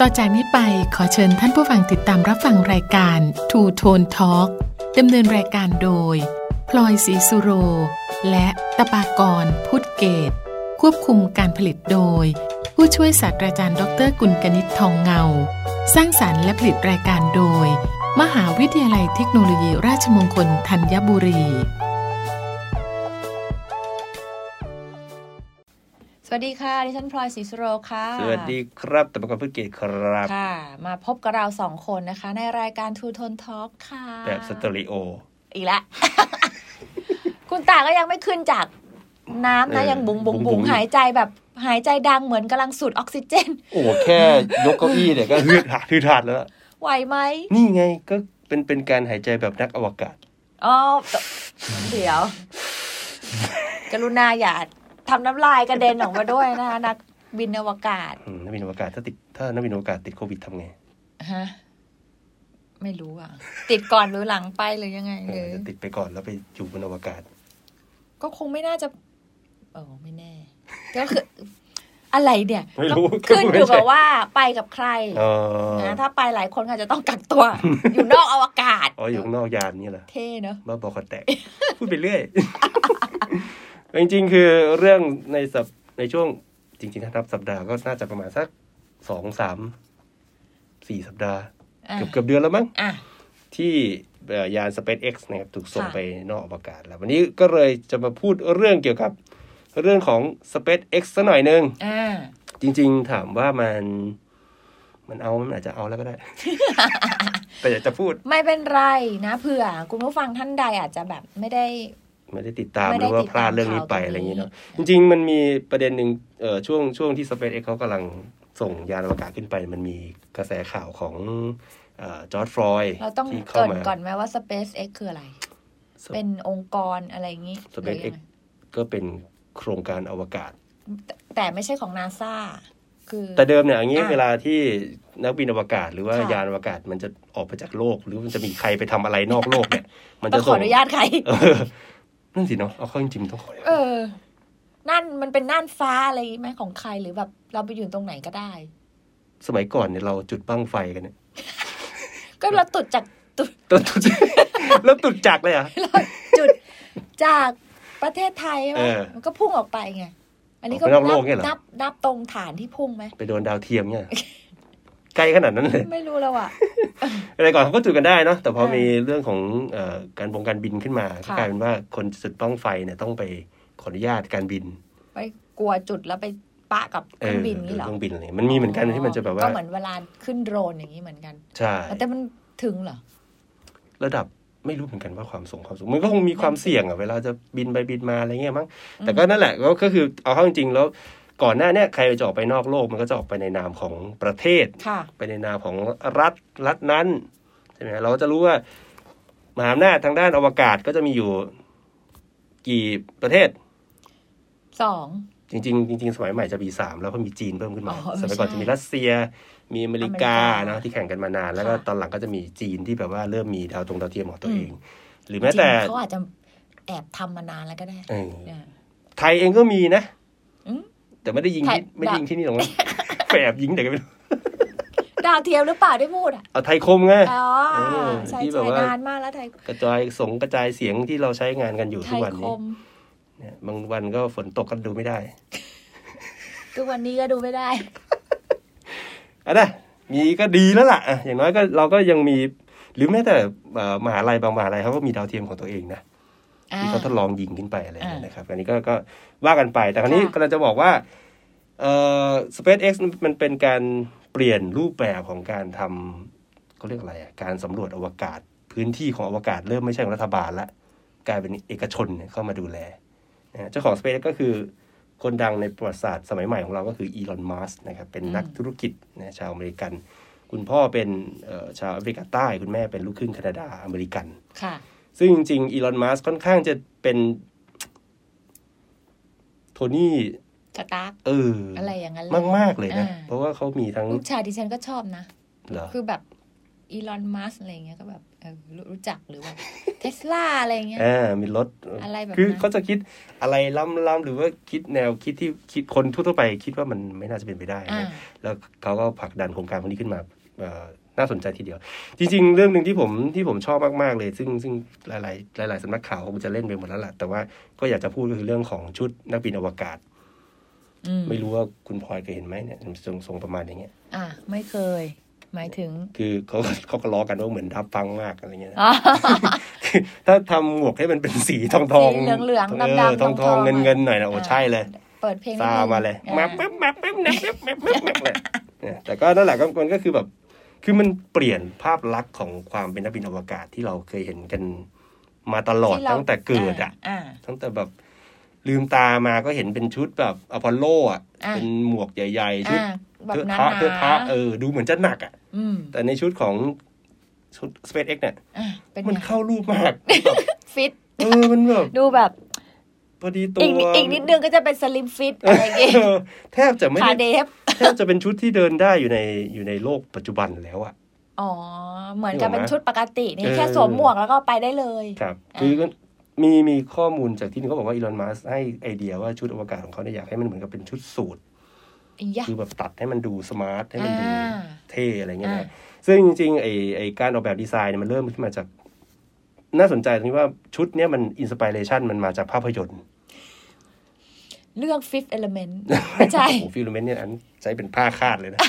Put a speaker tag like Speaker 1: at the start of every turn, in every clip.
Speaker 1: ต่อจากนี้ไปขอเชิญท่านผู้ฟังติดตามรับฟังรายการ Two Tone Talk ดำเนินรายการโดย พลอยศรีสุโร และตะปากรพุทธเกต ควบคุมการผลิตโดย ผู้ช่วยศาสตราจารย์ดรกุลกนิษฐ์ทองเงา สร้างสารรค์และผลิตรายการโดย มหาวิทยาลัยเทคโนโลยีราชมงคลธัญบุรี
Speaker 2: สวัสดีค่ะดิฉันพลอยศรีสุโรค่ะ
Speaker 3: สวัสดีครับตะปกรพืชเกยรตครับ
Speaker 2: ค่ะ มาพบกับเราสองคนนะคะ ในรายการทูทนทอล์กค่ะ
Speaker 3: แบบสเตอริโอ
Speaker 2: อีกแล้ว คุณตาก็ยังไม่ขึ้นจากน้ำ
Speaker 3: เอ
Speaker 2: นะ
Speaker 3: อ
Speaker 2: ยังบุ๋งบุ๋ง
Speaker 3: บุ๋
Speaker 2: บุ๋ง
Speaker 3: งๆอยู่
Speaker 2: หายใจแบบหายใจดังเหมือนกำลังสูดออกซิเจน
Speaker 3: โอ้โหแค่ยกเก้าอี้เนี่ยก็ ฮืด หาดฮืดหาดแล้ว
Speaker 2: ไหวไหม
Speaker 3: นี่ไงก็เป็นเป็นการหายใจแบบนักอวกาศ
Speaker 2: อ๋อเดี๋ยว กรุณาอย่าทำน้ำลายกระเด็นออกมาด้วยนะคะ นักบินอวกาศ
Speaker 3: อืมนักบินอวกาศถ้าติดถ้านักบินอวกาศติดโควิดทำไง
Speaker 2: ฮะไม่รู้อ่ะ ติดก่อนหรือหลังไปหรือยังไง
Speaker 3: เอ
Speaker 2: หรือ อ
Speaker 3: จะติดไปก่อนแล้วไปอยู่บนอวกาศ
Speaker 2: ก็คงไม่น่าจะ เออไม่แน่ ก็คือ อะไรเนี่ย
Speaker 3: ไม่รู้
Speaker 2: ก็ขึ้นอยู่กับว่าไปกับใคร
Speaker 3: เออ
Speaker 2: นะถ้าไปหลายคนก็อาจจะต้องกักตัว อยู่นอกอวกาศ
Speaker 3: อ๋ออยู่ข้างนอกยานนี่แหละ
Speaker 2: เท่เนอะ
Speaker 3: บ้าบอคอ แตก พูดไปเรื่อย จริงๆ คือเรื่องในสัปในช่วงจริงๆถ้านับสัปดาห์ก็น่าจะประมาณสักสองสามสี่สัปดาห์
Speaker 2: อ่ะ
Speaker 3: เกือบเกือบเดือนแล้วมั้ง
Speaker 2: อ่ะ
Speaker 3: ที่เอ่อยาน SpaceX นะครับถูกส่ง
Speaker 2: ค่ะ
Speaker 3: ไปนอกอวกาศแล้ว วันนี้ก็เลยจะมาพูดเรื่องเกี่ยวกับเรื่องของ SpaceX ซะหน่อยหนึง
Speaker 2: อ่า
Speaker 3: จริงๆถามว่ามันมันเอามันอาจจะเอาแล้ว ก็ได้ แต่อยากจะพูด
Speaker 2: ไม่เป็นไรนะเผื่อคุณผู้ฟังท่านใดอาจจะแบบไม่ได้
Speaker 3: ไม่ได้ติดตาม
Speaker 2: ไม่
Speaker 3: ห
Speaker 2: ได้
Speaker 3: รือว่า
Speaker 2: ติดตาม
Speaker 3: พลาดเรื่องนี้ไป
Speaker 2: ข่าวตรงนี้
Speaker 3: อะไรอย่างเงี้ยเนาะจริงๆ มันมีประเด็นหนึ่งเอ่อช่วงช่วงที่ SpaceX เขากำลังส่งยานอวกาศขึ้นไป มันมีกระแสข่าวของจอร์ดฟลอย
Speaker 2: เราต้อง
Speaker 3: ที่เข้า
Speaker 2: เกริน
Speaker 3: มา
Speaker 2: ก่อนไหมว่า SpaceX คืออะไร
Speaker 3: Sp-
Speaker 2: เป็นองค์กรอะไรอย่างงี้
Speaker 3: SpaceX
Speaker 2: หรือยังไง
Speaker 3: ก็เป็นโครงการอวกาศ
Speaker 2: แต่แต่ไม่ใช่ของนาซาคือ
Speaker 3: แต่เดิมเนี่ยอย่างนี้
Speaker 2: อ่ะ
Speaker 3: เวลาที่นักบินอวกาศหรือว่า
Speaker 2: ค่ะ
Speaker 3: ยานอวกาศมันจะออกไปจากโลก หรือมันจะมีใครไปทำอะไรนอกโลกเนี่ย มัน
Speaker 2: ต้อ
Speaker 3: จะ
Speaker 2: งข
Speaker 3: ส่
Speaker 2: อง อนุญาตใคร
Speaker 3: เออนั่นสิเนาะเอาเข้าจริงๆต้องขออนุญาต
Speaker 2: เออ น่านมันเป็นน่านฟ้าอะไรไหมของใครหรือแบบเราไปอยู่ตรงไหนก็ได้
Speaker 3: สมัยก่อนเนี่ยเราจุดบั้งไฟกันเนี่ย
Speaker 2: ก็เราตุดจากตุด
Speaker 3: แล้วจุด แล้วจุดจักรเลยเหรอ่ะ
Speaker 2: เราจุด จากประเทศไทยไหม
Speaker 3: เออ
Speaker 2: มันก็พุ่งออกไปไง อันนี้
Speaker 3: ออกไปนอกโลกเนี่ยเหรอ
Speaker 2: นับนับตรงฐานที่พุ่งไหม
Speaker 3: ไปโดนดาวเทียมเนี่ยไกลขนาดนั้นเลย
Speaker 2: ไม่รู้แล้วอ่ะ
Speaker 3: อะไรก่อนเขาก็จุดกันได้เนาะแต่พอ
Speaker 2: เออ
Speaker 3: มีเรื่องของเอ่อการบงการบินขึ้นมาก็
Speaker 2: ค่ะ
Speaker 3: กลายเป็นว่าคนจุดบั้งไฟเนี่ยต้องไปขออนุญาตการบิน
Speaker 2: ไปกลัวจุดแล้วไปปะกับเค
Speaker 3: เอ
Speaker 2: รื่อง
Speaker 3: อ
Speaker 2: บินนี่เหรอ
Speaker 3: เครื่องบินอะไรมันมีเหมือนกันที่มันจะแบบว่า
Speaker 2: ก็เหมือนเวลาขึ้นโดรนอย่างนี้เหมือนกัน
Speaker 3: ใช่
Speaker 2: แต่มันถึงเหรอ
Speaker 3: ระดับไม่รู้เหมือนกันว่าความสูงความสูงมันก็คงมีความเสี่ยงอะเวลาจะบินไปบินมาอะไรเงี้ยมั้งแต่ก็นั่นแหละก็ก็คือเอาเข้าจริงๆแล้วก่อนหน้าเนี่ยใครจะออกไปนอกโลกมันก็จะออกไปในนามของประเทศ
Speaker 2: ค่ะ
Speaker 3: ไปในนามของรัฐรัฐนั้นใช่ไหมเราก็จะรู้ว่ามหาอำนาจทางด้านอวกาศก็จะมีอยู่กี่ประเทศ
Speaker 2: สอง
Speaker 3: จริงๆจริงๆสมัยใหม่จะมีสามแล้วเพราะมีจีนเพิ่มขึ้นมา
Speaker 2: อ๋อ
Speaker 3: สมัยก่อนจะมีรัสเซีย มีอเมริกา
Speaker 2: อเมริกา
Speaker 3: เนาะที่แข่งกันมานาน แล้วก็
Speaker 2: ค่ะ
Speaker 3: ตอนหลังก็จะมีจีนที่แบบว่าเริ่มมีดาวตรงดาวเทียมของตัวเอง หรือแม้แต่
Speaker 2: จริงๆเขาอาจจะแอบทำมานานแล้วก็ได้
Speaker 3: เออ
Speaker 2: เนี่ย
Speaker 3: ไทยเองก็มีนะ
Speaker 2: อืม
Speaker 3: แต่ไม่ได้ยิง
Speaker 2: ไทย
Speaker 3: ที่ไม่ได้
Speaker 2: ดาว
Speaker 3: ยิงที่นี่หรอกนะ ไปแอบยิงแต่ก็ไม่รู้
Speaker 2: ดาวเทียมหรือเปล่าได้พูดอ่ะ
Speaker 3: เอาไทยคมไง
Speaker 2: อ๋อ
Speaker 3: เออ
Speaker 2: ใช่
Speaker 3: ที่แบ
Speaker 2: ใช่
Speaker 3: บว่า
Speaker 2: นานมากแล้วไทย
Speaker 3: กระจายสงกระจายเสียงที่เราใช้งานกันอยู่
Speaker 2: ไท
Speaker 3: ทุก
Speaker 2: ย
Speaker 3: วัน
Speaker 2: ค
Speaker 3: นี้
Speaker 2: ม
Speaker 3: เนี่ยบางวันก็ฝนตกก็ดูไม่ได้
Speaker 2: ทุกวันนี้ก็ดูไม่ได้
Speaker 3: เอะนะมีก็ดีแล้วล่ะอ่ะอย่างน้อยก็เราก็ยังมีหรือแม้แต่เอ่อมหาลัยบางมหาลัยเขาก็มีดาวเทียมของตัวเองนะ ที่เขาทดลองยิงขึ้นไปอะไรอย่างเงี้ย
Speaker 2: อ่าน
Speaker 3: นะครับ อันนี้ก็ก็ว่ากันไป แต่คราวนี้
Speaker 2: ค่ะ
Speaker 3: กำลังจะบอกว่าเอ่อ SpaceX มันเป็นการเปลี่ยนรูปแบบของการทำเขาเรียกอะไรอ่ะ การสำรวจอวกาศ พื้นที่ของอวกาศเริ่มไม่ใช่ของรัฐบาลละกลายเป็นเอกชนเนี่ยเข้ามาดูแลนะฮะเจ้าของ SpaceX ก็คือคนดังในประวัติศาสตร์สมัยใหม่ของเราก็คืออีลอนมัสนะครับ เป็นนักธุรกิจนะชาวอเมริกัน คุณพ่อเป็นเอ่อชาวแอฟริกาใต้ คุณแม่เป็นลูกครึ่งแคนาดาอเมริกัน
Speaker 2: ค่ะ
Speaker 3: ซึ่งจริงๆอีลอนมัสค่อนข้างจะเป็นโทนี่
Speaker 2: สตาร์ก
Speaker 3: เออ
Speaker 2: อะไรอย่างนั้นเลย
Speaker 3: มากมากๆเลยนะ
Speaker 2: อ่า
Speaker 3: เพราะว่าเขามีทั้ง
Speaker 2: ลูกชายดิฉันก็ชอบนะ
Speaker 3: เหรอ
Speaker 2: คือแบบอีลอนมัสอะไรอย่างเงี้ยก็แบบ เออรู้รู้จักหรือว่าเทสลาอะไรเงี้ย
Speaker 3: อ่ามีรถ
Speaker 2: อะไรแบบนั้น
Speaker 3: คือเขาจะคิดอะไรล้ำๆหรือว่าคิดแนวคิดที่คิดคนทั่วๆไปคิดว่ามันไม่น่าจะเป็นไปได้
Speaker 2: อ่า
Speaker 3: นะ แล้วเขาก็ผลักดันโครงการพวกนี้ขึ้นมาเอ่อน่าสนใจทีเดียว จริง ๆ เรื่องหนึ่งที่ผมที่ผมชอบมากๆเลย ซึ่งซึ่งหลาย ๆ หลาย ๆสำนักข่าวคงจะเล่นไปหมดแล้วล่ะแต่ว่าก็อยากจะพูดก็คือเรื่องของชุดนักบินอวกาศ
Speaker 2: อืม
Speaker 3: ไม่รู้ว่าคุณพลอยเคยเห็นไหมเนี่ยทรงทรงประมาณอย่างเงี้ย
Speaker 2: อ่ะไม่เคย หมายถึง
Speaker 3: คือเขาเขาก็ล้อกันว่าเหมือนทับฟังมากอะไรเงี้ยนะ
Speaker 2: อ๋อ
Speaker 3: คือถ้าทำหมวกให้มันเป็นสีทองทอง
Speaker 2: สีเหลืองๆดำๆ
Speaker 3: ทองท
Speaker 2: ท
Speaker 3: อ
Speaker 2: อง งๆ
Speaker 3: เงิน
Speaker 2: อ่ะ
Speaker 3: เงินๆหน่อยนะโอ้ใช่เลย
Speaker 2: เปิดเพลงนิด
Speaker 3: ซา
Speaker 2: นึง
Speaker 3: มาเลย
Speaker 2: อ่ะ
Speaker 3: มาปึ๊บมาปึ๊บนะปึ๊บมาปึ๊บมาปึ๊บเนี่ยแต่ก็นั่นแหละก็มันก็คือแบบ คือมันเปลี่ยนภาพลักษณ์ของความเป็นนักบินอวกาศที่เราเคยเห็นกัน มาตลอด
Speaker 2: ที่รา
Speaker 3: ตั้งแต่เกิดอ่ะ
Speaker 2: อ่า
Speaker 3: ตั้งแต่แบบลืมตามาก็เห็นเป็นชุดแบบอพอลโลอ่ะ
Speaker 2: อ่ะ
Speaker 3: เป็นหมวกใหญ่ ๆ ชุด
Speaker 2: อ่าแบบ
Speaker 3: เทอะ
Speaker 2: นั้น
Speaker 3: ทะ
Speaker 2: นะ
Speaker 3: เทอะทะเออดูเหมือนจะหนักอ่ะ
Speaker 2: อืม
Speaker 3: แต่ในชุดของชุด SpaceX เนี่ย
Speaker 2: อ่ะเป็น
Speaker 3: มัน
Speaker 2: ไง
Speaker 3: เข้ารูปมาก แบบ
Speaker 2: ฟิต
Speaker 3: เออมันแบบ
Speaker 2: ดูแบบ
Speaker 3: พอดีตัว
Speaker 2: อีกนิดอีกนิดนึงก็จะเป็นสลิมฟิตอะไรอย่างเงี้ย
Speaker 3: เออแทบ จะไม่
Speaker 2: ขา
Speaker 3: ได้
Speaker 2: เดฟ
Speaker 3: แทบจะเป็นชุดที่เดินได้อยู่ในอยู่ในโลกปัจจุบันแล้วอะ
Speaker 2: อ๋อ เหมือนกับเป็น
Speaker 3: นึกออกไหม
Speaker 2: ชุดปกตินี่
Speaker 3: เออ
Speaker 2: แค่สวมหมวกแล้วก็ไปได้เลย
Speaker 3: ครับคือก็มีมีข้อมูลจากที่หนึงก็บอกว่าอีลอนมัสให้ไอเดียว่าชุดอวกาศของเขาเนี่ยอยากให้มันเหมือนกับเป็นชุดสูท
Speaker 2: อียะ
Speaker 3: คือแบบตัดให้มันดูสมาร์ทให้มัน
Speaker 2: อ่า
Speaker 3: ดูเท่อะไรเงี้ย
Speaker 2: อ่า
Speaker 3: นะซึ่งจริงๆไอไอการออกแบบดีไซน์เนี่ยมันเริ่มขึ้นมาจาก น่าสนใจตรงที่ว่าชุดเนี้ยมันอินสปิเรชันมันมาจากภาพยนตร์
Speaker 2: เลือก fifth element ไม่ใช่
Speaker 3: โอ้ฟิลเมนต์เนี่ยอันใช้เป็นผ้าคาดเลยนะ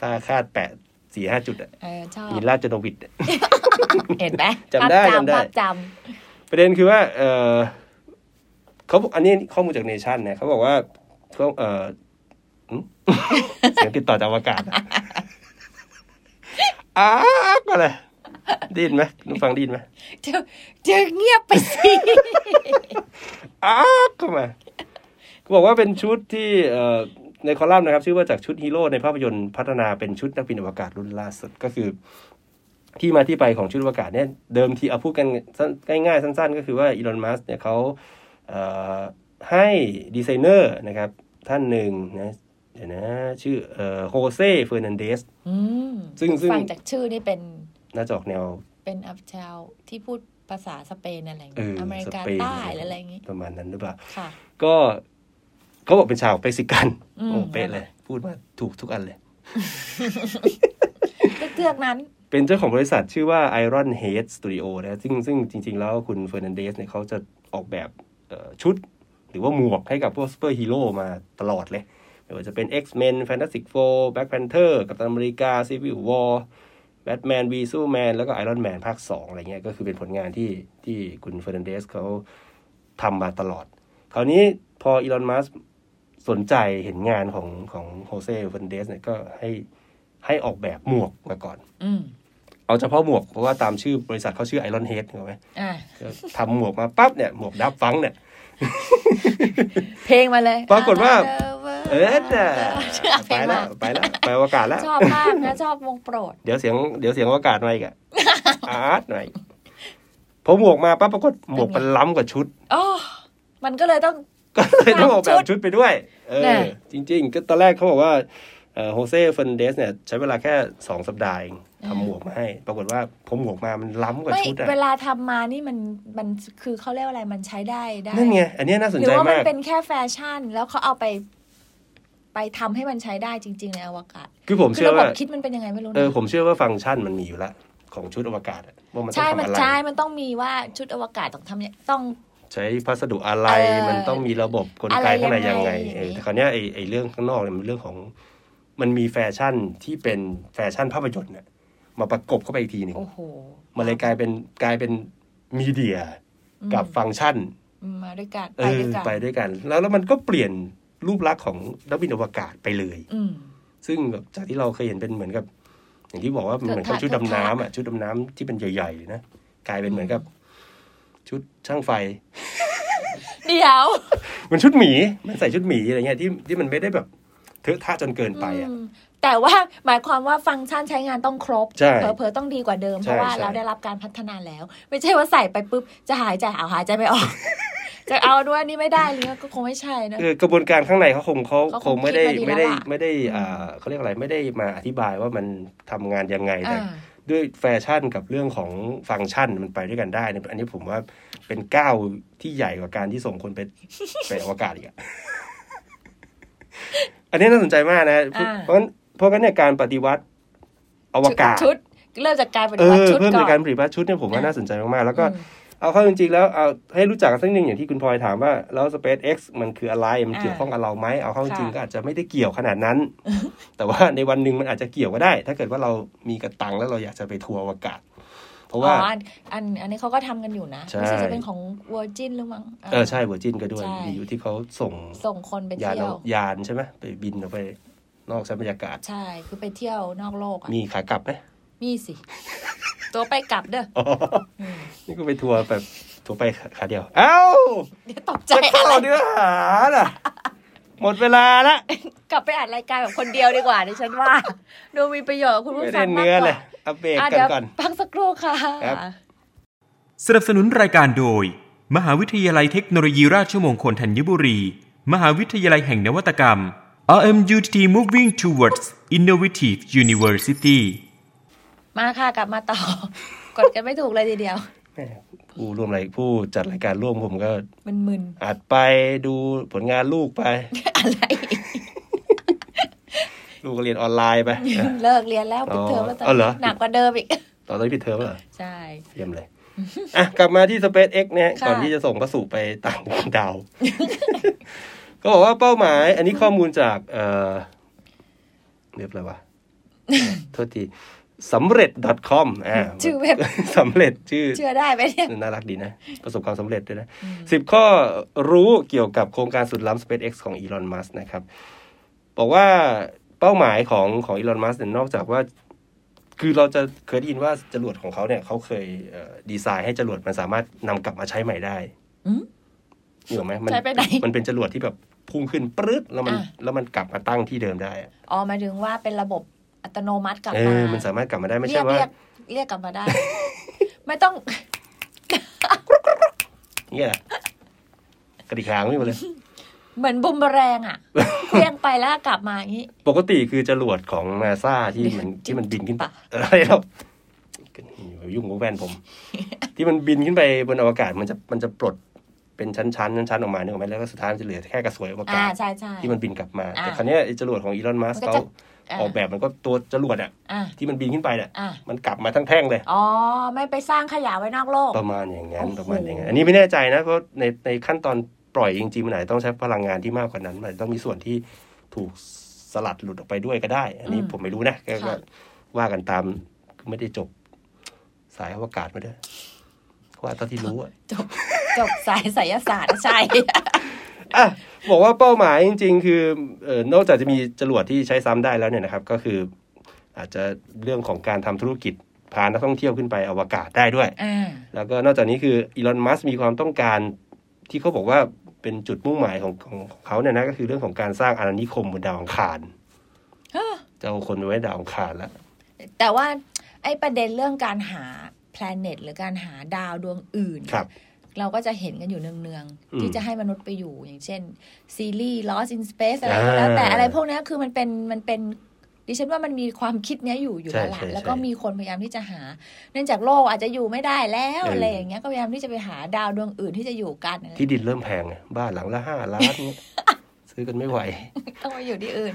Speaker 3: ผ้าคาดแปะสี่ห้าจุดอะ
Speaker 2: เออชอบ
Speaker 3: มีราชโนวิดอะ
Speaker 2: เห็นไหม
Speaker 3: จำได้
Speaker 2: ภาพ
Speaker 3: จำได้
Speaker 2: ภาพจ
Speaker 3: ประเด็นคือว่าเออเขาบอกอันนี้ข้อมูลจากเนชั่นเนี่ยเขาบอกว่าเขาเออหึ เสียงติดต่อจากอวกาศอะอ้ากอะไรได้ยินไหมน้องฟังได้ยินไหม
Speaker 2: ำเจอเจอเงียบไปสิ
Speaker 3: อ้ากเข้ามาเขาบอกว่าเป็นชุดที่เอ่อในคอลัมน์นะครับ ชื่อว่าจากชุดฮีโร่ในภาพยนตร์พัฒนาเป็นชุดนักบินอวกาศรุ่นล่าสุดก็คือ ที่มาที่ไปของชุดอวกาศเนี่ยเดิมทีเอาพูดกันสั้นง่ายๆ สั้น ๆ ก็คือว่าอีลอนมัสเนี่ยเขา เอ่อให้ดีไซเนอร์นะครับท่านหนึ่งนะเดี๋ยวนะชื่อเอ่อโฮเซ่เฟอร์นันเดส
Speaker 2: อืม
Speaker 3: ซึ่งซึ่ง
Speaker 2: ฟังจากชื่อนี่เป็น
Speaker 3: น่าจะออกแนว
Speaker 2: เป็นอัพชาวที่พูดภาษาสเปนอะไรอย่าง
Speaker 3: เอ
Speaker 2: เงี้
Speaker 3: อย
Speaker 2: อเมริ
Speaker 3: ส
Speaker 2: กา
Speaker 3: เปน
Speaker 2: ใต้หรืออะไรอย่างงี้
Speaker 3: ประมาณนั้นหรือเปล่า
Speaker 2: ค่ะ
Speaker 3: ก็เขาบอกเป็นชาวเม็กซิกัน
Speaker 2: อืม
Speaker 3: โอ้เป๊ะเลย พูดมาถูกทุกอันเลย
Speaker 2: เทือกๆนั้น
Speaker 3: เป็นเจ้าของบริษัทชื่อว่า Iron Head Studio นะซึ่งซึ่งจริง ๆ แล้วคุณเฟอร์นันเดสเนี่ยเขาจะออกแบบเอ่อชุด หรือว่าหมวกให้กับพวกซูเปอร์ฮีโร่มาตลอดเลย ไม่ว่าจะเป็น X-Men Fantastic Four Black Panther กัปตันอเมริกา Civil War Batman v Superman แล้วก็ Iron Man ภาค 2 อะไรเงี้ยก็คือเป็นผลงานที่ที่คุณเฟอร์นันเดสเขาทำมาตลอด คราวนี้พออีลอนมัสสนใจเห็นงานของของโฮเซ่เฟอร์นันเดสเนี่ยก็ให้ให้ออกแบบหมวกมาก่อน
Speaker 2: อืม
Speaker 3: เอาเฉพาะหมวก เพราะว่าตามชื่อบริษัทเขาชื่อไอรอนเฮดถูกไหม
Speaker 2: อ่ะ
Speaker 3: ก็ทำหมวกมาปั๊บเนี่ย หมวกดับฟังก์เนี่ย
Speaker 2: เพลงมาเลย
Speaker 3: ปรากฏว่า เออ
Speaker 2: เนี่
Speaker 3: น่ะ
Speaker 2: ยเพ
Speaker 3: ไป
Speaker 2: ลง
Speaker 3: แล้
Speaker 2: มา
Speaker 3: วไปแล้วไปอวกาศแล้ว
Speaker 2: ชอบมากนะ ชอบวงโปรด
Speaker 3: เดี๋ยวเสียงเดี๋ยวเสียงอวกาศมาอีกอะ อาร์ตหน่อยพอหมวกมาปั๊บปรากฏหมวกมันล้ำกว่าชุด
Speaker 2: อ๋อ มันก็เลยต้อง
Speaker 3: ก็เลยต้องออกแบ
Speaker 2: ชุ
Speaker 3: บ
Speaker 2: ด
Speaker 3: ชุดไปด้วย เอ
Speaker 2: แน่
Speaker 3: อ จริง ๆ ก็ตอนแรกเขาบอกว่าโฮเซ่เฟนเดสเนี่ย ใช้เวลาแค่สองสัปดาห์เองทำหมวกมาให้ ปรากฏว่าพอหมวกมามันล้ำกว่า
Speaker 2: ไม่
Speaker 3: ชุดอะ
Speaker 2: เวลาทำมานี่มันมันคือเขาเรียกว่าอะไรมันใช้ได้ได้
Speaker 3: นั่นไงอันเนี้ยน่าสน
Speaker 2: หรื
Speaker 3: ใจ
Speaker 2: ว่ามั
Speaker 3: มาก
Speaker 2: เป็นแค่แฟชั่น แล้วเขาเอาไป ไปทำให้มันใช้ได้จริง ๆ ในอวกาศ
Speaker 3: คือผม
Speaker 2: คือ
Speaker 3: เชื่อ
Speaker 2: ระบ
Speaker 3: ว่า
Speaker 2: บคิดมันเป็นยังไงไม่รู้
Speaker 3: เอ
Speaker 2: นะ
Speaker 3: อผมเชื่อว่าฟังก์ชันมันมีอยู่แล้ว ของชุดอวกาศอะว่ามันต้อง
Speaker 2: ใช่
Speaker 3: ทำ
Speaker 2: มัน
Speaker 3: อะไร
Speaker 2: ใช่มันต้องมีว่าชุดอวกาศต้องทำเนี่ยต้อง
Speaker 3: ใช้พัสดุอะไร
Speaker 2: เออ
Speaker 3: มันต้องมีระบบกลไก
Speaker 2: อะไร
Speaker 3: ข้างในยังไง
Speaker 2: ยังไง
Speaker 3: เออแต่คราวเนี้ยไอ้ไอ้เรื่องข้างนอกเนี่ยมันเรื่องของมันมีแฟชั่นที่เป็นแฟชั่นภาพยนตร์เนี่ยมาประกบเข้าไปอีกทีหนึ่ง
Speaker 2: โอ้โห
Speaker 3: มันเลยกลายเป็นกลายเป็นมีเดียกับฟังก์ชัน
Speaker 2: อืมมาด้วยกัน
Speaker 3: เอ
Speaker 2: ไป
Speaker 3: อ
Speaker 2: ด้วยกัน
Speaker 3: ไปด้วยกัน แล้วแล้วมันก็เปลี่ยนรูปลักษณ์ของนักบินอวกาศไปเลย
Speaker 2: อืม
Speaker 3: ซึ่งแบบจากที่เราเคยเห็นเป็นเหมือนกับ อย่างที่บอกว่ามันเหมือนกับ
Speaker 2: เถอะทะ
Speaker 3: ชุดดำ
Speaker 2: เถอะทะ
Speaker 3: น้ำอ่ะชุดดำน้ำที่เป็นใหญ่ๆนะกลายเป็นเหมือนกับ ชุดช่างไฟ
Speaker 2: เดี๋ยว
Speaker 3: เหมันชุดหมีมันใส่ชุดหมีอะไรเงี้ยที่ที่มันไม่ได้แบบเทอะทะจนเกินไปอ่ะ
Speaker 2: อืมแต่ว่าหมายความว่าฟังก์ชันใช้งานต้องครบ
Speaker 3: ใช่
Speaker 2: เผลอๆต้องดีกว่าเดิม
Speaker 3: ใช่
Speaker 2: เพราะว่า
Speaker 3: ใช่
Speaker 2: เราได้รับการพัฒนาแล้ว ไม่ใช่ว่าใส่ไปปุ๊บจะหายใจเอาหายใจไม่ออก จะเอาด้วยนี่ไม่ได้เลยก็คงไม่ใช่นะ
Speaker 3: คือกระบวนการข้างในเขาคงเขา
Speaker 2: เขา
Speaker 3: ค
Speaker 2: ค
Speaker 3: ง
Speaker 2: ง
Speaker 3: ไม่ได้
Speaker 2: คิดมาดีแล้ว
Speaker 3: ไม่ได้
Speaker 2: ล่ะ
Speaker 3: ไม่ได้อ่าเขาเรียกอะไรไม่ได้มาอธิบายว่ามันทำงานยังไงแต่
Speaker 2: อ่า
Speaker 3: ด้วยแฟชั่นกับเรื่องของฟังก์ชันมันไปด้วยกันได้เนี่ยอันนี้ผมว่าเป็นก้าวที่ใหญ่กว่าการที่ส่งคนไป ไปอวกาศอีกอะ อันนี้น่าสนใจมากนะ
Speaker 2: อ่า
Speaker 3: เพราะงั้นเพราะงั้นเนี่ยการปฏิวัติอวกาศ
Speaker 2: ชุดชุดเริ่มจากการป
Speaker 3: เอ
Speaker 2: ฏิวัติ
Speaker 3: อ
Speaker 2: ชุด
Speaker 3: เพิ่ม
Speaker 2: ก่
Speaker 3: ใน
Speaker 2: อน
Speaker 3: การปฏิบัติชุดเนี่ยผมว่าน่าสนใจมาก ๆ แล้วก็
Speaker 2: อืม
Speaker 3: เอาเข้าจริง ๆ แล้วเอาให้รู้จักกันสักนิดหนึงอย่างที่คุณพลอยถามว่า แล้ว SpaceX มันคืออะไร มันเกี่ยวข้องกับเราไหมเอาเข้าจริงๆก็อาจจะไม่ได้เกี่ยวขนาดนั้น แต่ว่าในวันหนึ่งมันอาจจะเกี่ยวก็ได้ ถ้าเกิดว่าเรามีกระตังแล้วเราอยากจะไปทัวร์อวกาศ เพราะว่า
Speaker 2: อ๋ออันอันอันนี้เขาก็ทำกันอยู่นะ
Speaker 3: ใช่
Speaker 2: รู้สึกจะเป็นของ Virgin หรือมั้ง
Speaker 3: เออใช่เวอร์จินก็ด้วย
Speaker 2: ใช่
Speaker 3: มีอยู่ที่เขาส่ง
Speaker 2: ส่งคนไป
Speaker 3: ยาน
Speaker 2: เที่ย
Speaker 3: อ
Speaker 2: ว
Speaker 3: วกาศยานใช่ไหมไปบินออกไปนอกชั้นบรรยากาศ
Speaker 2: ใช่คือไปเที่ยวนอกโลกอ่ะ
Speaker 3: มีขากลับไหม
Speaker 2: มีสิ ตัวไปกลับเด้อ
Speaker 3: อ๋อ
Speaker 2: อืม
Speaker 3: นี่ก็ไปทัวร์แบบทัวร์ไปขาเดียวเอ้า
Speaker 2: เดี๋ยวตกใจ
Speaker 3: จะ
Speaker 2: อะ
Speaker 3: เข้า
Speaker 2: ไร
Speaker 3: เนื้อหาล่ะ หมดเวลาละ
Speaker 2: กลับไปอ่านรายการแบบคนเดียวดีกว่าดิฉันว่า ดูมีประโยชน์กับคุณผู้
Speaker 3: ไม่
Speaker 2: ฟั
Speaker 3: ได้
Speaker 2: งมาก
Speaker 3: เนื้อกเล
Speaker 2: ว่าย
Speaker 3: เอาเบรก
Speaker 2: อ่ะ
Speaker 3: กัน
Speaker 2: เดี๋ยว
Speaker 3: ก่อน
Speaker 2: พักสักครู่ค่ะ
Speaker 3: ครับ
Speaker 4: สนับสนุนรายการโดย มหาวิทยาลัยเทคโนโลยีราชมงคลธัญบุรี มหาวิทยาลัยแห่งนวัตกรรม RMUTT Moving Towards Innovative University
Speaker 2: มาค่ะกลับมาต่อ กดกันไม่ถูกเลยทีเดียว
Speaker 3: แหมผู้ร่วมอะไรผู้จัดรายการร่วมผมก็
Speaker 2: มันมึน
Speaker 3: อัดไปดูผลงานลูกไป
Speaker 2: อะไร
Speaker 3: ลูกก็เรียนออนไลน์ไป
Speaker 2: เลิกเรียนแล้วปิดเทอมแล้วตอน
Speaker 3: อ๋อเหรอ
Speaker 2: หนักกว่าเดิมอีก
Speaker 3: ตอนนี้ปิดเทอมแล้วเหรอ
Speaker 2: ใช่
Speaker 3: เยี่ยมเลย อ่ะ กลับมาที่ SpaceX เนี่ย
Speaker 2: ค่ะ
Speaker 3: ก่อนที่จะส่งพระสุไปต่างดาว ก็บอกว่าเป้าหมาย อันนี้ข้อมูลจาก เอ่อเรียกอะไร วะ โทษทีสำเร็จ .com อ่า
Speaker 2: ชื่อเว็บ
Speaker 3: สำเร็จชื่อ
Speaker 2: เชื่อได้ไหมเนี่ย
Speaker 3: น่ารักดีนะ ประสบความสำเร็จด้วยนะสิบข้อรู้เกี่ยวกับโครงการสุดล้ำ SpaceX ของ Elon Musk นะครับ บอกว่าเป้าหมายของของ Elon Musk เนี่ยนอกจากว่า คือเราจะเคยได้ยินว่าจรวดของเขาเนี่ยเขาเคยเอ่อดีไซน์ให้จรวดมันสามารถนำกลับมาใช้ใหม่ได้
Speaker 2: อืม
Speaker 3: เหนืออกไหมมั
Speaker 2: ใช้ไปไหน
Speaker 3: มันเป็นจรวดที่แบบพุ่งขึ้นปรึ๊ดแล้วมัน
Speaker 2: อ่ะ
Speaker 3: แล้วมันกลับมาตั้งที่เดิมได้อะ
Speaker 2: อ๋อหมายถึงว่าเป็นระบบอัตโนมัติกลับ
Speaker 3: เอ
Speaker 2: มา
Speaker 3: อมันสามารถกลับมาได้ไม่
Speaker 2: เรีย
Speaker 3: ใช่
Speaker 2: ก
Speaker 3: ว่า
Speaker 2: เรียกเรียกกลับมาได้ ไม่ต้อง
Speaker 3: เนี่ยแหละกระดิกหางไม่หมดเลย
Speaker 2: เหมือนบุมเบอแรง อ่ะ เคลี้ยงไปแล้วกลับมาอย่างนี้
Speaker 3: ปกติคือจรวดของนาซาที่มัน
Speaker 2: เดี๋ยว
Speaker 3: ที่มันบินขึ้นไป
Speaker 2: ปะ
Speaker 3: เอออะไรหรอกอย่ายุ่งกับแว่นผม ที่มันบินขึ้นไปบนอวกาศมันจะมันจะปลดเป็นชั้นชั้นชั้นชั้นๆออกมาเนี่ยไหมแล้วก็สุดท้ายมันจะเหลือแค่กระสวยอว
Speaker 2: อ่าก
Speaker 3: าศ
Speaker 2: ใช่ใช่
Speaker 3: ที่มันบินกลับมา
Speaker 2: อ่า
Speaker 3: แต่ครั้นี้ยไอ้จรวดของอีลอนมัส
Speaker 2: มันก็
Speaker 3: เขา
Speaker 2: จะ
Speaker 3: ออกแบบมันก็ตัวจรวดอะ
Speaker 2: อ่ะ
Speaker 3: ที่มันบินขึ้นไปเนี่ย
Speaker 2: อ่ะ
Speaker 3: มันกลับมาทั้งแท่งเลย
Speaker 2: อ๋อ ไม่ไปสร้างขยะไว้นอกโลก
Speaker 3: ประมาณอย่างนั้น
Speaker 2: โอ้โห
Speaker 3: ประมาณอย่างนั้นอันนี้ไม่แน่ใจนะเพราะในในขั้นตอนปล่อยจริงๆมันอาจจะต้องใช้พลังงานที่มากกว่านั้นมันอาจจะต้องมีส่วนที่ถูกสลัดหลุดออกไปด้วยก็ได้ อันนี้
Speaker 2: อืม
Speaker 3: ผมไม่รู้นะก็ก็
Speaker 2: ค่ะ
Speaker 3: ว่ากันตามไม่ได้จบสายอวกาศมาด้วยว่าเท่าที่รู้อะ
Speaker 2: จบจบสายไสยศาสตร์ใช่
Speaker 3: อ่ะบอกว่าเป้าหมายจริง ๆ คือเอ่อนอกจากจะมีจรวดที่ใช้ซ้ำได้แล้วเนี่ยนะครับ ก็คือ อาจจะเรื่องของการทำธุรกิจพานักท่องเที่ยวขึ้นไปอวกาศได้ด้วย
Speaker 2: อ่า
Speaker 3: แล้วก็นอกจากนี้คืออีลอนมัสมีความต้องการที่เขาบอกว่าเป็นจุดมุ่งหมายของของของเขาเนี่ยนะก็คือเรื่องของการสร้างอาณานิคมบนดาวอังคาร
Speaker 2: ฮะ
Speaker 3: จะเอาคนไว้ดาวอังคารแล้ว
Speaker 2: แต่ว่าไอ้ประเด็นเรื่องการหา planet หรือการหาดาวดวงอื่น
Speaker 3: ครับ
Speaker 2: เราก็จะเห็นกันอยู่เนือง
Speaker 3: อื
Speaker 2: ๆ
Speaker 3: ม
Speaker 2: ที่จะให้มนุษย์ไปอยู่อย่างเช่น ซีรีส์ Lost in Space อะไรก็
Speaker 3: อ่า
Speaker 2: แล้วแต่อะไรพวกนี้คือมันเป็นมันเป็นดิฉันว่ามันมีความคิดเนี้ยอยู่อยู่
Speaker 3: ใช่
Speaker 2: แล้วล่ะ
Speaker 3: ใช่
Speaker 2: แล้วก็
Speaker 3: ใช่
Speaker 2: มีคนพยายามที่จะหา เนื่องจากโลกอาจจะอยู่ไม่ได้แล้ว
Speaker 3: เอออ
Speaker 2: อะไรอย่างเงี้ยก็พยายามที่จะไปหาดาวดวงอื่นที่จะอยู่กันอะไร
Speaker 3: ที่ดินเริ่มแพงไงบ้านหลังละห้าล้านเนี่ยซื้อกันไม่ไหว
Speaker 2: ต้องไปอยู่ที่อื่น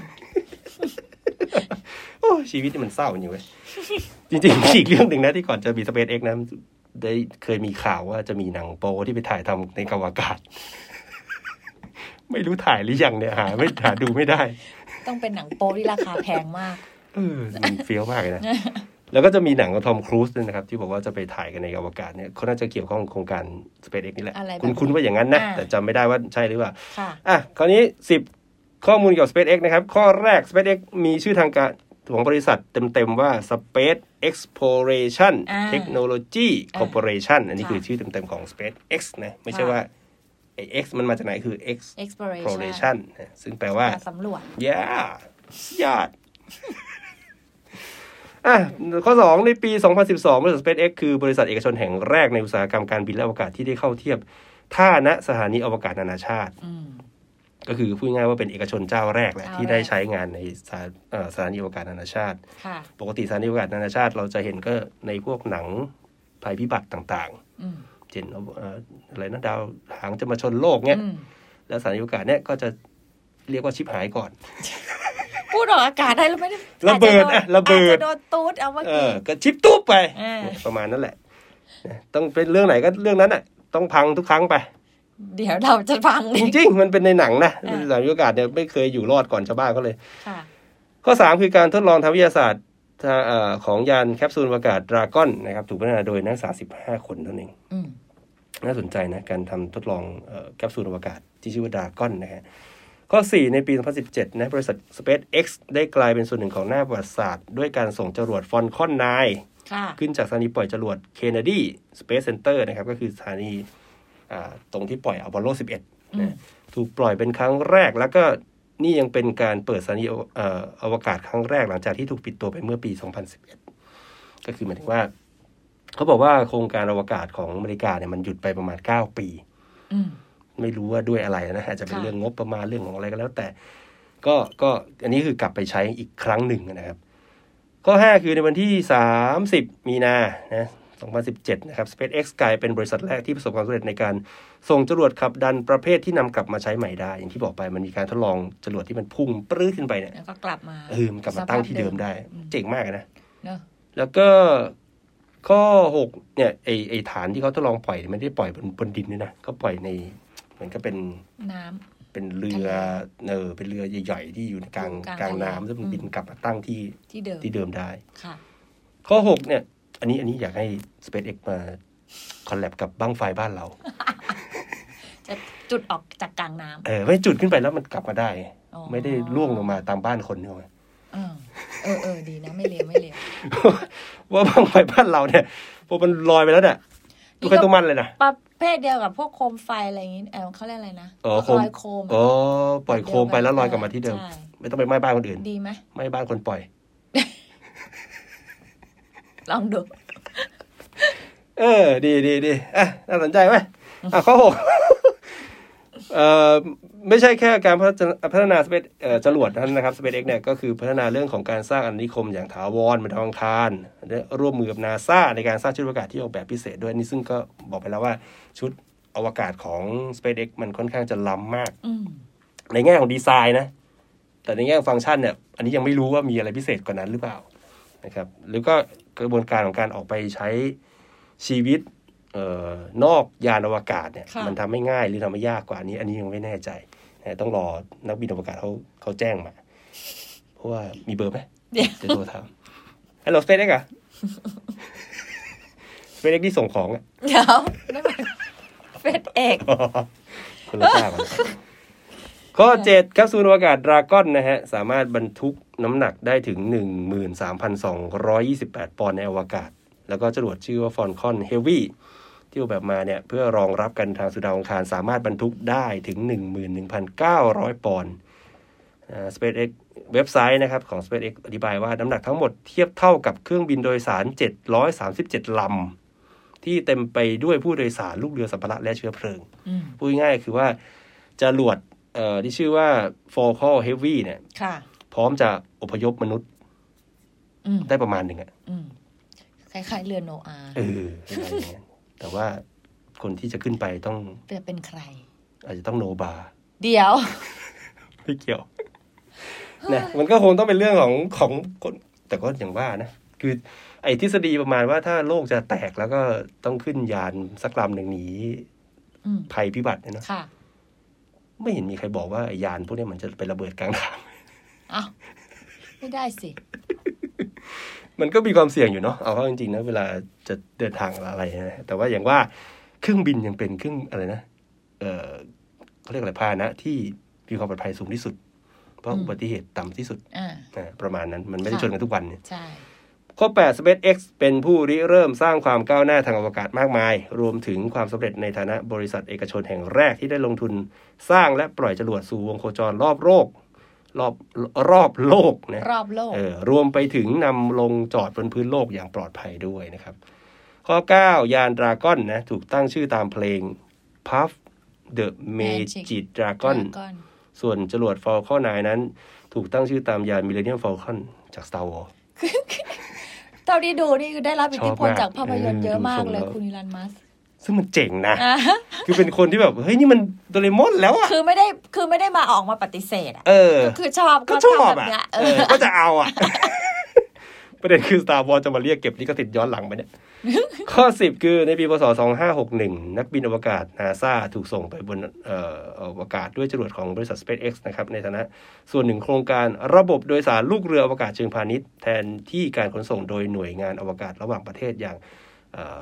Speaker 3: โอ้ชีวิตนี่มันเศร้าอยู่เว้ยจริงๆมีอีกเรื่องหนึ่งนะที่ก่อนจะมีสเปซเอ็กนะได้เคยมีข่าวว่าจะมีหนังโปที่ไปถ่ายทำในอวกาศ ไม่รู้ถ่ายหรือยังเนี่ยหาไม่หาดูไม่ได้
Speaker 2: ต้องเป็นหนังโป๊ที่ราคาแพงมาก
Speaker 3: เออมันเฟี้ยวมากเลยนะ แล้วก็จะมีหนังของทอมครูซด้วยนะครับ ที่บอกว่าจะไปถ่ายกันในอวกาศเนี่ยเขาน่าจะเกี่ยวข้องกับโครงการ SpaceX นี่แหละ
Speaker 2: อะไรแบบ
Speaker 3: คุณคุณว่าอย่างนั้นนะ
Speaker 2: อ่า
Speaker 3: แต่จำไม่ได้ว่าใช่หรือเปล่า
Speaker 2: ค่ะ
Speaker 3: อ่ะ คราวนี้ 10 ข้อมูลเกี่ยวกับ SpaceX นะครับ ข้อแรก SpaceX มีชื่อทางการของบริษัทเต็ม ๆ ว่า Space Exploration
Speaker 2: อ่า
Speaker 3: Technology Corporation อันนี้
Speaker 2: ค่ะ
Speaker 3: คือชื่อเต็ม ๆ ของ SpaceX นะ ไม่ใช่ว่าไอ้ X มันมาจากไหนคือ
Speaker 2: exploration
Speaker 3: Exploration นะซึ่งแปลว่า
Speaker 2: การสำรวจ
Speaker 3: ย่าสยอด อ่ะข้อ 2 ในปี 2012 บริษัท SpaceX คือบริษัทเอกชนแห่งแรกในอุตสาหกรรมการบินและอวกาศที่ได้เข้าเทียบท่าณสถานีอวกาศนานาชาติ
Speaker 2: อืม
Speaker 3: ก็คือพูดง่ายๆว่าเป็นเอกชนเจ้าแรกแหละ
Speaker 2: เจ้า
Speaker 3: ที่ได้
Speaker 2: แรก
Speaker 3: ใช้งานในสถานเอ่อสถานีอวกาศนานาชาติ
Speaker 2: ค่ะ
Speaker 3: ปกติสถานีอวกาศนานาชาติ เราจะเห็นก็ในพวกหนังภัยพิบัติต่าง
Speaker 2: อืม
Speaker 3: ๆ เช่นเอาเอ่ออะไรนะดาวหางจะมาชนโลกเนี้ย
Speaker 2: อืม
Speaker 3: แล้วสถานีอวกาศเนี้ยก็จะเรียกว่าชิปหายก่อน
Speaker 2: พูดออกอากาศได้แล้วไม่ได้
Speaker 3: ระเบิดอะระเบิด
Speaker 2: อาจจะโดนตูดเอาเมื่อ
Speaker 3: เอ
Speaker 2: กี้
Speaker 3: อก็ชิปตุ๊บไป
Speaker 2: เออ
Speaker 3: เนี่ยประมาณนั้นแหละนะต้องเป็นเรื่องไหนก็เรื่องนั้นอ่ะต้องพังทุกครั้งไป
Speaker 2: เดี๋ยวเราจะฟัง
Speaker 3: จ
Speaker 2: นี่
Speaker 3: ริงๆ มันเป็นในหนังนะ
Speaker 2: อ่า
Speaker 3: สถานีอวกาศเนี่ยไม่เคยอยู่รอดก่อนชาวบ้านเขาเลย
Speaker 2: ค่ะ
Speaker 3: ข้อ 3 คือการทดลองทางวิทยาศาสตร์ทางเอ่อของยานแคปซูลอากาศดราก้อนนะครับถูกพัฒนาโดยนักศึกษา 15 คนเท่านั้นเอง
Speaker 2: อืม
Speaker 3: น่าสนใจนะ การทำทดลองเอ่อแคปซูลอวกาศที่ชื่อว่าดราก้อนนะฮะข้อ 4 ในปี 2017 นะบริษัท SpaceX ได้กลายเป็นส่วนหนึ่งของหน้าประวัติศาสตร์ด้วยการส่งจรวดฟอนคอน9
Speaker 2: ค่ะ
Speaker 3: ขึ้นจากสถานีปล่อยจรวด Kennedy Space Center นะครับ ก็คือสถานีอ่าตรงที่ปล่อยอพอลโล 11 นะถูกปล่อยเป็นครั้งแรก แล้วก็นี่ยังเป็นการเปิดสถานีเอ่ออวกาศครั้งแรกหลังจากที่ถูกปิดตัวไปเมื่อปี 2011 ก็คือหมายถึงว่า เขาบอกว่าโครงการอวกาศของอเมริกาเนี่ยมันหยุดไปประมาณ 9 ปี
Speaker 2: อืม
Speaker 3: ไม่รู้ว่าด้วยอะไรนะอาจจะเป็น
Speaker 2: ค่ะ
Speaker 3: เรื่องงบประมาณเรื่องของอะไรก็แล้วแต่ ก็ก็อันนี้คือกลับไปใช้อีกครั้งหนึ่งนะครับ ข้อ 5 คือในวันที่ 30 มีนานะ2017 นะครับ SpaceX กลายเป็นบริษัทแรกที่ประสบความสำเร็จในการส่งจรวดขับดันประเภทที่นำกลับมาใช้ใหม่ได้ อย่างที่บอกไปมันมีการทดลองจรวดที่มันพุ่งปรื้ดขึ้นไปเนี่ย
Speaker 2: แล้วก็กลับมา
Speaker 3: เออมันกลับมาตั้งที่เดิมได้ เจ๋งมากนะ
Speaker 2: เนอะ
Speaker 3: แล้วก็ข้อหกเนี่ยไอไอฐานที่เขาทดลองปล่อยเนี่ยไม่ได้ปล่อยบนบนดินด้วยนะเขาปล่อยในเหมือนก็เป็น
Speaker 2: น้ำ
Speaker 3: เป็นเรือเออเป็นเรือใหญ่ๆที่อยู่ในกลาง
Speaker 2: อยู่
Speaker 3: ก
Speaker 2: ก
Speaker 3: ลา
Speaker 2: ลาง ง
Speaker 3: น้ำ
Speaker 2: ทะเล
Speaker 3: ซึ่ง
Speaker 2: อืม
Speaker 3: บินกลับมาตั้งที่
Speaker 2: ที่เดิม
Speaker 3: ที่เดิมได้
Speaker 2: ค่ะ
Speaker 3: ข้อ 6 เนี่ย อันนี้อันนี้อยากให้ SpaceX มาคอลแลบกับบ้างไฟบ้านเรา
Speaker 2: จะจุดออกจากกลางน้ำ
Speaker 3: เออ ไม่จุดขึ้นไปแล้วมันกลับมาได้
Speaker 2: อ๋อ
Speaker 3: ไม่ได้ล่วงลง มาตามบ้านคนเนอะ
Speaker 2: เออเออเออดีนะไม่เลวไม่เลว
Speaker 3: ว่าบ้างไฟบ้านเราเนี่ยพอมันลอยไปแล้วเนี่ยตัวใครตัวมันเลยนะ
Speaker 2: ประเภทเดียวกับพวกโคมไฟอะไรอย่างงี้เออเขาเรียกอะไรนะ
Speaker 3: อ๋อโคม
Speaker 2: ลอยโคม
Speaker 3: อ๋อปล่อยโคมไปแล้วลอยกลับมาที่เดิม
Speaker 2: ใช่
Speaker 3: ไม่ต้องไปไหม้บ้านคนอื่น
Speaker 2: ดีไหม
Speaker 3: ไหม้บ้านคนปล่อย
Speaker 2: ลองดู
Speaker 3: เออ ดีดีดีอ่ะ น่าสนใจไหมอ่ะ ข้อหก เอ่อ ไม่ใช่แค่การพัฒนาพัฒนาสเปซเอ่อจรวดนั้นนะครับ SpaceX เนี่ยก็คือพัฒนาเรื่องของการสร้างอนุนิคมอย่างถาวรบนดาวอังคารและร่วมมือกับนาซาในการสร้างชุดอวกาศที่ออกแบบพิเศษด้วยนี่ซึ่งก็บอกไปแล้วว่าชุดอวกาศของ SpaceX มันค่อนข้างจะล้ำมาก
Speaker 2: อืม
Speaker 3: ในแง่ของดีไซน์นะ แต่ในแง่ของฟังก์ชันเนี่ย อันนี้ยังไม่รู้ว่ามีอะไรพิเศษกว่านั้นหรือเปล่านะครับ หรือก็กระบวนการของการออกไปใช้ชีวิตเออนอกยานอวกาศเนี่ย
Speaker 2: ค่ะ
Speaker 3: มันทำไม่ง่ายหรือทำไม่ยากกว่าอันนี้ อันนี้ยังไม่แน่ใจนะต้องรอนักบินอวกาศเขาเขาแจ้งมา เพราะว่ามีเบอร์ไหม
Speaker 2: เดี๋ยว
Speaker 3: จะโทรถามฮัลโหลสเปซเอ็กอะ สเปซเอ็กที่ส่งของอะ
Speaker 2: เดี๋ยว นั่นมันเป็นเอก
Speaker 3: คนละเจ้ากันข้อเจ็ดแคปซูลอวกาศดราก้อนนะฮะ สามารถบรรทุกน้ำหนักได้ถึง 13,228 ปอนด์ในอวกาศ แล้วก็จรวดชื่อว่าฟอนคอนเฮวี่ที่ออกแบบมาเนี่ย เพื่อรองรับกันทางสุดาวอังคาร สามารถบรรทุกได้ถึง 11,900 ปอนด์สเปซเอ็กเว็บไซต์นะครับของ SpaceX อธิบายว่าน้ำหนักทั้งหมดเทียบเท่ากับเครื่องบินโดยสาร 737 ลำ ที่เต็มไปด้วยผู้โดยสารลูกเรือสัมภาระและเชื้อเพลิง
Speaker 2: อืม
Speaker 3: พูดง่ายๆคือว่าจรวดเอ่อที่ชื่อว่า Focal Heavy เนี่ย
Speaker 2: ค่ะ
Speaker 3: พร้อมจะอพยพมนุษย์
Speaker 2: อืม
Speaker 3: ได้ประมาณหนึ่งอะ
Speaker 2: อืมคล้ายๆเรือโนอาห์
Speaker 3: เออเป็นอะไรอย่างเงี้ยแต่ว่าคนที่จะขึ้นไปต้อง
Speaker 2: แต่เป็นใคร
Speaker 3: อาจจะต้องโนบาร์
Speaker 2: เดี๋ยว
Speaker 3: ไม่เกี่ยวนะมันก็คงต้องเป็นเรื่องของของคนแต่ก็อย่างว่านะ คือไอ้ทฤษฎีประมาณว่าถ้าโลกจะแตกแล้วก็ต้องขึ้นยานสักลำหนึ่งหนี
Speaker 2: อืม
Speaker 3: ภัยพิบัติเนี่ยเนอะ
Speaker 2: ค่ะ
Speaker 3: ไม่เห็นมีใครบอกว่าไอ้ยานพวกเนี้ยมันจะไประเบิดกลางทาง
Speaker 2: เอาไม่ได้สิ
Speaker 3: มันก็มีความเสี่ยงอยู่เนาะ เอาเข้าจริงๆนะเวลาจะเดินทางอะไรนะแต่ว่าอย่างว่าเครื่องบินยังเป็นเครื่องอะไรนะ เออเขาเรียกอะไรพาหนะ ที่มีความปลอดภัยสูงที่สุด เพราะ
Speaker 2: อืม
Speaker 3: อุบัติเหตุต่ำที่สุด
Speaker 2: อ่า
Speaker 3: นะประมาณนั้น มันไม่ได้
Speaker 2: ค่ะ
Speaker 3: ชนกันทุกวันเนี่ย
Speaker 2: ใช่
Speaker 3: ข้อ 8 SpaceX เป็นผู้ริเริ่มสร้างความก้าวหน้าทางอวกาศมากมาย รวมถึงความสำเร็จในฐานะบริษัทเอกชนแห่งแรกที่ได้ลงทุนสร้างและปล่อยจรวดสู่วงโคจรรอบโลก รอบรอบโลกนะ
Speaker 2: รอบโลก
Speaker 3: เออรวมไปถึงนำลงจอดบนพื้นโลกอย่างปลอดภัยด้วยนะครับ ข้อ 9 ยานดราก้อนนะ ถูกตั้งชื่อตามเพลง Puff the Magic Dragon
Speaker 2: Dragon
Speaker 3: ส่วนจรวด Falcon 9 นั้น ถูกตั้งชื่อตามยาน Millennium Falcon จาก Star Wars
Speaker 2: เท่าที่ดูนี่คือได้รับอิทธิพล
Speaker 3: ชอบ
Speaker 2: จาก
Speaker 3: มาก
Speaker 2: ภาพยนตร์เยอะมากเลย
Speaker 3: เออดูทรงแล้ว
Speaker 2: คุณอิรันมัสก์
Speaker 3: ซึ่งมันเจ๋งนะ
Speaker 2: อ่ะ
Speaker 3: คือเป็นคนที่แบบ เฮ้ย นี่มันโดเรมอนแล้วอะ
Speaker 2: คือไม่ได้คือไม่ได้มาออกมาปฏิเสธอ่ะ
Speaker 3: เออ
Speaker 2: ก็คือชอบ
Speaker 3: ก็
Speaker 2: ก็
Speaker 3: ช
Speaker 2: ช
Speaker 3: อ
Speaker 2: อ
Speaker 3: บบ
Speaker 2: แบบ
Speaker 3: อ่ะ
Speaker 2: เนี้ย
Speaker 3: เอ
Speaker 2: เอ
Speaker 3: อ
Speaker 2: อ
Speaker 3: ก็จะเอาอ่ะ ประเด็นคือ Star Wars จะมาเรียกเก็บลิขสิทธิ์ย้อนหลังไปเนี่ย ข้อ 10 คือในปีพศ 2561 นักบินอวกาศนาซาถูกส่งไปบนเอ่ออวกาศด้วยจรวดของบริษัท SpaceX นะครับ ในฐานะ ส่วนหนึ่งโครงการระบบโดยสารลูกเรืออวกาศเชิงพาณิชย์ แทนที่การขนส่งโดยหน่วยงานอวกาศระหว่างประเทศอย่าง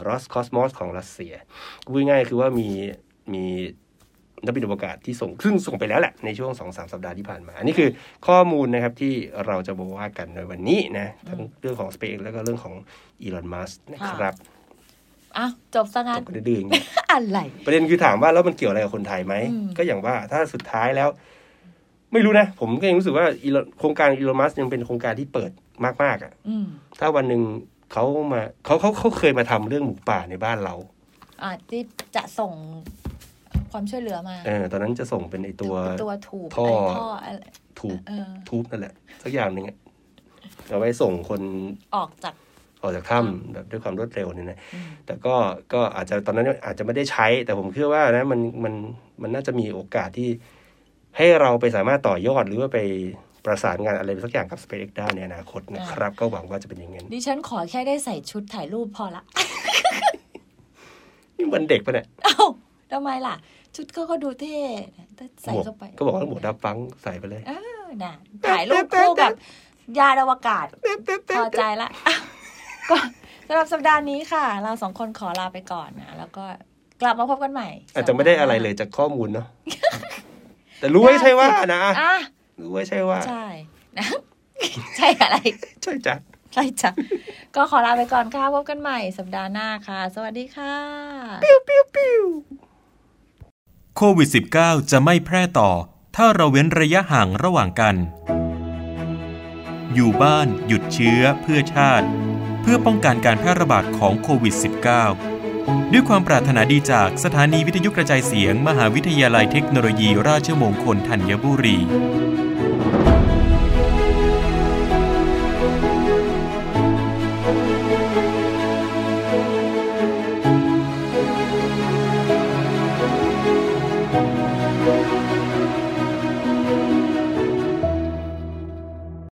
Speaker 3: รอสคอสมอสของรัสเซียพูดง่ายๆคือว่ามีมีนักบินอวกาศที่ส่งซึ่งส่งไปแล้วแหละ ในช่วง2อสสัปดาห์ที่ผ่านมา อันนี้คือข้อมูลนะครับที่เราจะมาว่ากันในวันนี้นะทั้งเรื่องของ SpaceX แล้วก็เรื่องของอีลอนมัสนะครับ
Speaker 2: อ่ะจบซะงั้
Speaker 3: จ
Speaker 2: น
Speaker 3: บกันดื้อๆอย่างเงี้ย
Speaker 2: อะไร
Speaker 3: ประเด็นคือถามว่าแล้วมันเกี่ยวอะไรกับคนไทยไหม
Speaker 2: อืม
Speaker 3: ก็อย่างว่าถ้าสุดท้ายแล้ว ไม่รู้นะ ผมก็ยังรู้สึกว่า Elon- โครงการอีลอนมัสยังเป็นโครงการที่เปิดมากๆอ่ะ
Speaker 2: อืม
Speaker 3: ถ้าวันหนึ่งเขามาเขาเขาเขาเคยมาทำเรื่องหมูป่าในบ้านเรา
Speaker 2: อ่ะที่จะส่งความช่วยเหลือมา
Speaker 3: เออ ตอนนั้นจะส่งเป็นไอตัว
Speaker 2: ตัวถูก
Speaker 3: ท่อ
Speaker 2: ไอ้ท่ออะไร
Speaker 3: ถูก
Speaker 2: เออ
Speaker 3: ทูบนั่นแหละ สักอย่างหนึ่งอะเอาไว้ส่งคน
Speaker 2: ออกจาก
Speaker 3: ออกจากถ้ำแบบด้วยความรวดเร็วเนี่ยนะ
Speaker 2: อืม
Speaker 3: แต่ก็ก็อาจจะตอนนั้นอาจจะไม่ได้ใช้ แต่ผมเชื่อว่านะมันมันมันน่าจะมีโอกาสที่ให้เราไปสามารถต่อยอดหรือว่าไปประสานงานอะไรสักอย่างกับ SpaceX ได้ในอนาคตนะครับ ก็หวังว่าจะเป็นอย่างนั้น
Speaker 2: ดิฉันขอแค่ได้ใส่ชุดถ่ายรูปพอละ
Speaker 3: นี่มันเด็กปะเนี่ย
Speaker 2: เอ้าทำไมล่ะ ชุดเขาก็ดูเท่นะถ้าใส่เข้าไป
Speaker 3: หมวก็บอกว่าหมวกดับฟังใส่ไปเลย
Speaker 2: เออน่ะถ่ายรูปคู่กับยานอวกาศ พอใจละ อ่ะก็สำหรับสัปดาห์นี้ค่ะ เราสองคนขอลาไปก่อนนะ แล้วก็กลับมาพบกันใหม่
Speaker 3: อาจจะไม่ได้อะไรเลยจากข้อมูลเนาะ แต่รู้ไว้ใช่ว่านะ
Speaker 2: อ่ะ
Speaker 3: รู้ไว้ใช่ว่า
Speaker 2: ใช่นะ ใช่อะไร
Speaker 3: ใช่จ้ะ
Speaker 2: ใช่จ้ะ ก็ขอลาไปก่อนค่ะ พบกันใหม่สัปดาห์หน้าค่ะ สวัสดีค่ะ
Speaker 4: โควิด -19 จะไม่แพร่ต่อ ถ้าเราเว้นระยะห่างระหว่างกัน อยู่บ้านหยุดเชื้อเพื่อชาติ เพื่อป้องกันการแพร่ระบาดของโควิด -19 ด้วยความปรารถนาดีจากสถานีวิทยุกระจายเสียง มหาวิทยาลัยเทคโนโลยีราชมงคลธัญบุรี